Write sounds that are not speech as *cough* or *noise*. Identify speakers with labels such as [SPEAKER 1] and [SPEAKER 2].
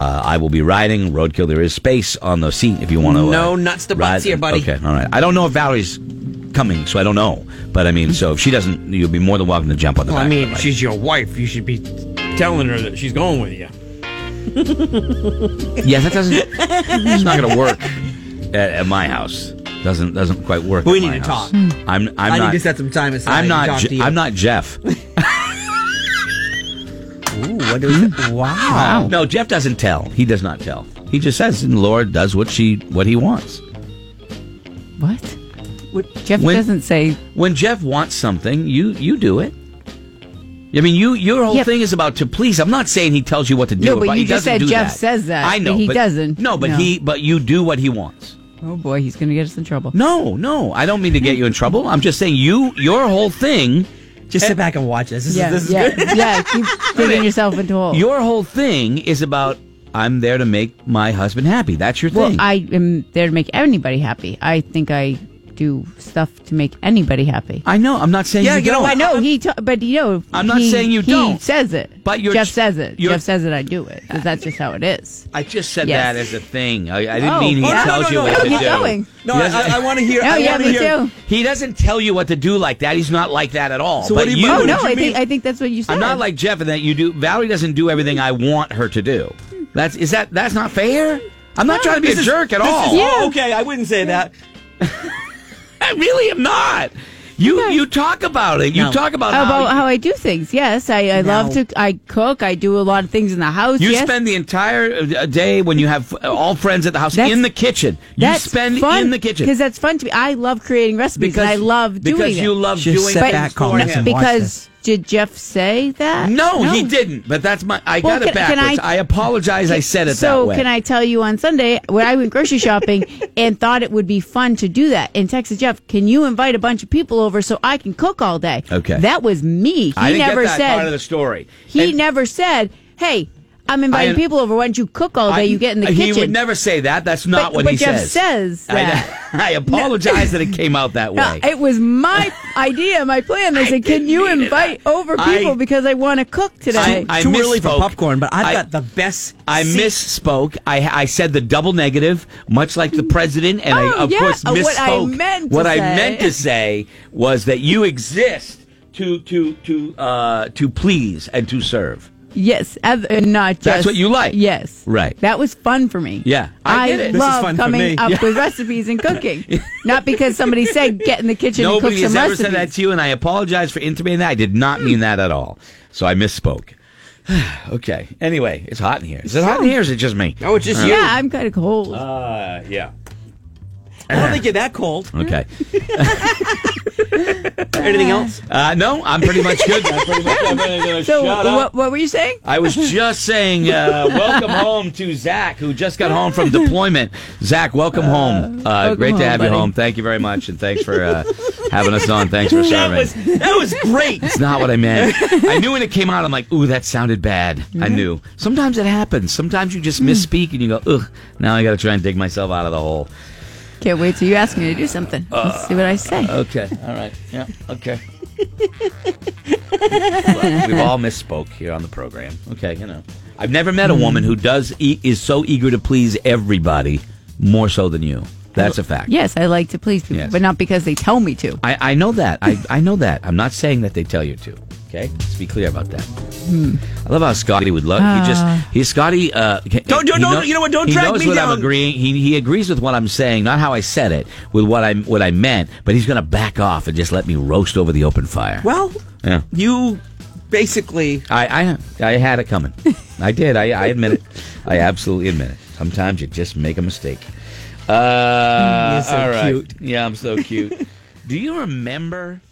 [SPEAKER 1] Uh, I will be riding Roadkill. There is space on the seat if you want to.
[SPEAKER 2] No nuts to butts here, buddy.
[SPEAKER 1] Okay, all right. I don't know if Valerie's coming, so I don't know. But I mean, so if she doesn't, you'll be more than welcome to jump on the
[SPEAKER 2] Well,
[SPEAKER 1] back.
[SPEAKER 2] I
[SPEAKER 1] of
[SPEAKER 2] mean,
[SPEAKER 1] the bike.
[SPEAKER 2] she's your wife. You should be telling her that she's going with you.
[SPEAKER 1] yeah, that doesn't.
[SPEAKER 2] *laughs*
[SPEAKER 1] it's not going to work at, at my house. Doesn't doesn't quite work.
[SPEAKER 2] We
[SPEAKER 1] at
[SPEAKER 2] need
[SPEAKER 1] my
[SPEAKER 2] to
[SPEAKER 1] house. Hmm.
[SPEAKER 2] talk.
[SPEAKER 1] I'm I'm
[SPEAKER 2] I
[SPEAKER 1] not.
[SPEAKER 2] need to set some time aside.
[SPEAKER 1] I'm
[SPEAKER 2] and
[SPEAKER 1] not.
[SPEAKER 2] Talk
[SPEAKER 1] Je-
[SPEAKER 2] to you.
[SPEAKER 1] I'm not Jeff.
[SPEAKER 2] Ooh, what
[SPEAKER 1] *laughs*
[SPEAKER 2] is it? Wow.
[SPEAKER 1] No, Jeff doesn't tell. He does not tell. He just says, and Laura does what she what he wants.
[SPEAKER 3] What? Jeff
[SPEAKER 1] when-
[SPEAKER 3] doesn't say.
[SPEAKER 1] When Jeff wants something, you you do it. I mean, you your whole
[SPEAKER 3] Yeah.
[SPEAKER 1] thing is about to please. I'm not saying he tells you what to do.
[SPEAKER 3] No, but
[SPEAKER 1] he
[SPEAKER 3] you just
[SPEAKER 1] doesn't
[SPEAKER 3] said
[SPEAKER 1] do
[SPEAKER 3] Jeff
[SPEAKER 1] that.
[SPEAKER 3] says that,
[SPEAKER 1] I know
[SPEAKER 3] but he doesn't.
[SPEAKER 1] No, but
[SPEAKER 3] No.
[SPEAKER 1] he but you do what he wants.
[SPEAKER 3] Oh boy, he's going to get us in trouble.
[SPEAKER 1] No, no, I don't mean to get you in trouble. I'm just saying you your whole thing,
[SPEAKER 2] Just sit back and watch this. This
[SPEAKER 3] yeah,
[SPEAKER 2] is, this is
[SPEAKER 3] yeah,
[SPEAKER 2] good.
[SPEAKER 3] yeah.
[SPEAKER 1] *laughs*
[SPEAKER 3] Keep digging yourself into a hole.
[SPEAKER 1] your whole thing is about I'm there to make my husband happy. That's your
[SPEAKER 3] well,
[SPEAKER 1] thing.
[SPEAKER 3] I am there to make anybody happy. I think I do stuff to make anybody happy.
[SPEAKER 1] I know. I'm not saying
[SPEAKER 2] Yeah,
[SPEAKER 1] you
[SPEAKER 2] you know,
[SPEAKER 1] don't.
[SPEAKER 3] I know he, ta but you know,
[SPEAKER 1] I'm not
[SPEAKER 3] he-
[SPEAKER 1] saying you
[SPEAKER 3] he
[SPEAKER 1] don't,
[SPEAKER 3] says it,
[SPEAKER 1] but you're
[SPEAKER 3] Jeff
[SPEAKER 1] ch-
[SPEAKER 3] says it.
[SPEAKER 1] you're-
[SPEAKER 3] Jeff says it. I do it. 'cause that's just how it is.
[SPEAKER 1] I just said
[SPEAKER 3] Yes.
[SPEAKER 1] that as a thing. I, I didn't
[SPEAKER 3] Oh,
[SPEAKER 1] mean he
[SPEAKER 3] oh, no,
[SPEAKER 1] tells
[SPEAKER 2] no,
[SPEAKER 1] you
[SPEAKER 2] no,
[SPEAKER 1] what
[SPEAKER 2] no,
[SPEAKER 1] to
[SPEAKER 3] keep
[SPEAKER 1] do.
[SPEAKER 3] going.
[SPEAKER 2] No,
[SPEAKER 1] He
[SPEAKER 2] I,
[SPEAKER 1] doesn't-
[SPEAKER 2] I, I want to hear.
[SPEAKER 3] No,
[SPEAKER 2] I
[SPEAKER 3] yeah,
[SPEAKER 2] wanna
[SPEAKER 3] me
[SPEAKER 2] hear.
[SPEAKER 3] too.
[SPEAKER 1] He doesn't tell you what to do like that. He's not like that at all.
[SPEAKER 2] So what
[SPEAKER 1] But
[SPEAKER 2] do you-
[SPEAKER 3] Oh
[SPEAKER 2] what
[SPEAKER 3] no,
[SPEAKER 2] did you
[SPEAKER 3] I
[SPEAKER 2] mean?
[SPEAKER 3] think I think that's what you said.
[SPEAKER 1] I'm not like Jeff in that you do. Valerie doesn't do everything I want her to do. That's is that that's not fair. I'm not trying to be a
[SPEAKER 2] This is-
[SPEAKER 1] jerk at
[SPEAKER 2] this
[SPEAKER 1] all.
[SPEAKER 2] Is, oh, okay. I wouldn't say that.
[SPEAKER 1] I really am not. You you talk about it. You
[SPEAKER 2] No.
[SPEAKER 1] talk about
[SPEAKER 3] about
[SPEAKER 1] how,
[SPEAKER 3] Oh, how I do things. Yes, I, I love
[SPEAKER 2] No.
[SPEAKER 3] to. I cook. I do a lot of things in the house.
[SPEAKER 1] you
[SPEAKER 3] yes.
[SPEAKER 1] spend the entire uh, day when you have uh, all friends at the house
[SPEAKER 3] That's-
[SPEAKER 1] in the kitchen. You
[SPEAKER 3] that's
[SPEAKER 1] spend
[SPEAKER 3] fun
[SPEAKER 1] in the kitchen
[SPEAKER 3] because that's fun to me. I love creating recipes. and I love doing
[SPEAKER 1] because
[SPEAKER 3] it.
[SPEAKER 1] you love
[SPEAKER 2] Just
[SPEAKER 1] doing
[SPEAKER 2] sit
[SPEAKER 1] things
[SPEAKER 2] back,
[SPEAKER 1] for
[SPEAKER 2] calm
[SPEAKER 1] him.
[SPEAKER 2] down. watch
[SPEAKER 3] because
[SPEAKER 2] this.
[SPEAKER 3] did Jeff say that?
[SPEAKER 1] No, he didn't. But that's my. I
[SPEAKER 3] Well,
[SPEAKER 1] got it
[SPEAKER 3] can- can
[SPEAKER 1] backwards. I,
[SPEAKER 3] I-
[SPEAKER 1] apologize. I said it
[SPEAKER 3] so
[SPEAKER 1] that way.
[SPEAKER 3] can I tell you on Sunday when I went
[SPEAKER 1] *laughs*
[SPEAKER 3] grocery shopping and thought it would be fun to do that and texted Jeff, can you invite a bunch of people over so I can cook all day?
[SPEAKER 1] Okay.
[SPEAKER 3] that was me. He
[SPEAKER 1] I didn't
[SPEAKER 3] never
[SPEAKER 1] get that
[SPEAKER 3] said
[SPEAKER 1] part of the story.
[SPEAKER 3] he
[SPEAKER 1] And
[SPEAKER 3] never said, hey. I'm inviting
[SPEAKER 1] I-
[SPEAKER 3] people over. Why don't you cook all
[SPEAKER 1] I-
[SPEAKER 3] day? Oh, You get in the
[SPEAKER 1] He
[SPEAKER 3] kitchen.
[SPEAKER 1] would never say that. That's not
[SPEAKER 3] But-
[SPEAKER 1] what
[SPEAKER 3] but
[SPEAKER 1] he
[SPEAKER 3] Jeff
[SPEAKER 1] says.
[SPEAKER 3] says
[SPEAKER 1] I-
[SPEAKER 3] that.
[SPEAKER 1] *laughs* I, apologize that it came out that
[SPEAKER 3] No,
[SPEAKER 1] way.
[SPEAKER 3] it
[SPEAKER 1] *laughs*
[SPEAKER 3] was my idea, my plan. They said, "Can
[SPEAKER 1] didn't
[SPEAKER 3] you
[SPEAKER 1] mean it.
[SPEAKER 3] invite over
[SPEAKER 1] I-
[SPEAKER 3] people because I want to cook today?"
[SPEAKER 1] I
[SPEAKER 2] too early for
[SPEAKER 1] misspoke.
[SPEAKER 2] popcorn, but I've
[SPEAKER 1] I-
[SPEAKER 2] got the best.
[SPEAKER 1] I
[SPEAKER 2] seat.
[SPEAKER 1] misspoke. I, I said the double negative, much like the president, and I
[SPEAKER 3] Oh,
[SPEAKER 1] of
[SPEAKER 3] yeah.
[SPEAKER 1] course
[SPEAKER 3] Uh,
[SPEAKER 1] misspoke.
[SPEAKER 3] what I meant to
[SPEAKER 1] What I
[SPEAKER 3] say.
[SPEAKER 1] meant to say was that you exist to to to uh, to please and to serve.
[SPEAKER 3] yes, as, and not just.
[SPEAKER 1] That's what you like.
[SPEAKER 3] Yes,
[SPEAKER 1] Right.
[SPEAKER 3] That was fun for me.
[SPEAKER 1] Yeah, I get it. This is
[SPEAKER 3] love
[SPEAKER 2] fun for me.
[SPEAKER 3] coming up with
[SPEAKER 1] *laughs*
[SPEAKER 3] recipes and cooking, not because somebody said, "Get in the kitchen
[SPEAKER 1] Nobody
[SPEAKER 3] and cook
[SPEAKER 1] has
[SPEAKER 3] some
[SPEAKER 1] ever
[SPEAKER 3] recipes."
[SPEAKER 1] said that to you, and I apologize for intimating that. I did not mean that at all. So I misspoke. *sighs* okay. Anyway, it's hot in here. Is it hot in here? Or is it just me?
[SPEAKER 2] Oh, it's just you.
[SPEAKER 3] yeah, I'm kind of cold.
[SPEAKER 1] Uh, yeah.
[SPEAKER 2] I don't think you're that cold.
[SPEAKER 1] Okay.
[SPEAKER 2] Anything else?
[SPEAKER 1] Uh, no, I'm pretty much good. *laughs* I'm pretty much, I'm gonna
[SPEAKER 3] so,
[SPEAKER 1] shut up.
[SPEAKER 3] what, what were you saying?
[SPEAKER 1] I was just saying, *laughs* uh, welcome home to Zach, who just got home from deployment. Zach, welcome home. Uh,
[SPEAKER 3] welcome
[SPEAKER 1] great to
[SPEAKER 3] home,
[SPEAKER 1] have you
[SPEAKER 3] buddy.
[SPEAKER 1] home. Thank you very much, and thanks for uh, having us on. Thanks for
[SPEAKER 2] That
[SPEAKER 1] serving.
[SPEAKER 2] was that was
[SPEAKER 1] *laughs*
[SPEAKER 2] great.
[SPEAKER 1] It's not what I
[SPEAKER 3] *laughs*
[SPEAKER 1] meant. I knew when it came out, I'm like, ooh, that sounded bad. I
[SPEAKER 3] Mm-hmm.
[SPEAKER 1] knew. Sometimes it happens. Sometimes you just misspeak and you go, ugh, now I got to try and dig myself out of the hole.
[SPEAKER 3] Can't wait till you ask me to do something. Let's see what I say.
[SPEAKER 1] Okay. All right. Yeah. Okay. Well, we've all misspoke here on the program. Hmm. Okay. You know, I've never met a woman who does e- is so eager to please everybody more so than you. That's a fact.
[SPEAKER 3] yes, I like to please people,
[SPEAKER 1] Yes.
[SPEAKER 3] but not because they tell me to.
[SPEAKER 1] I, I know that. I, I know that. I'm not saying that they tell you to. Okay, let's be clear about that.
[SPEAKER 2] Hmm.
[SPEAKER 1] I love how Scotty would love. he just he's Scotty. Uh, don't
[SPEAKER 2] Ah. Don't- don't- don't- you know what, don't
[SPEAKER 1] he
[SPEAKER 2] drag
[SPEAKER 1] knows
[SPEAKER 2] me
[SPEAKER 1] what I'm
[SPEAKER 2] down.
[SPEAKER 1] agreeing. He he agrees with what I'm saying, not how I said it, with what I what I meant. But he's going to back off and just let me roast over the open fire.
[SPEAKER 2] Well,
[SPEAKER 1] Yeah.
[SPEAKER 2] you basically
[SPEAKER 1] I I, I had it coming. I did. I, I admit it. I absolutely admit it. Sometimes you just make a mistake. Uh,
[SPEAKER 2] You're so
[SPEAKER 1] all right.
[SPEAKER 2] cute.
[SPEAKER 1] Yeah, I'm so cute. Do you remember?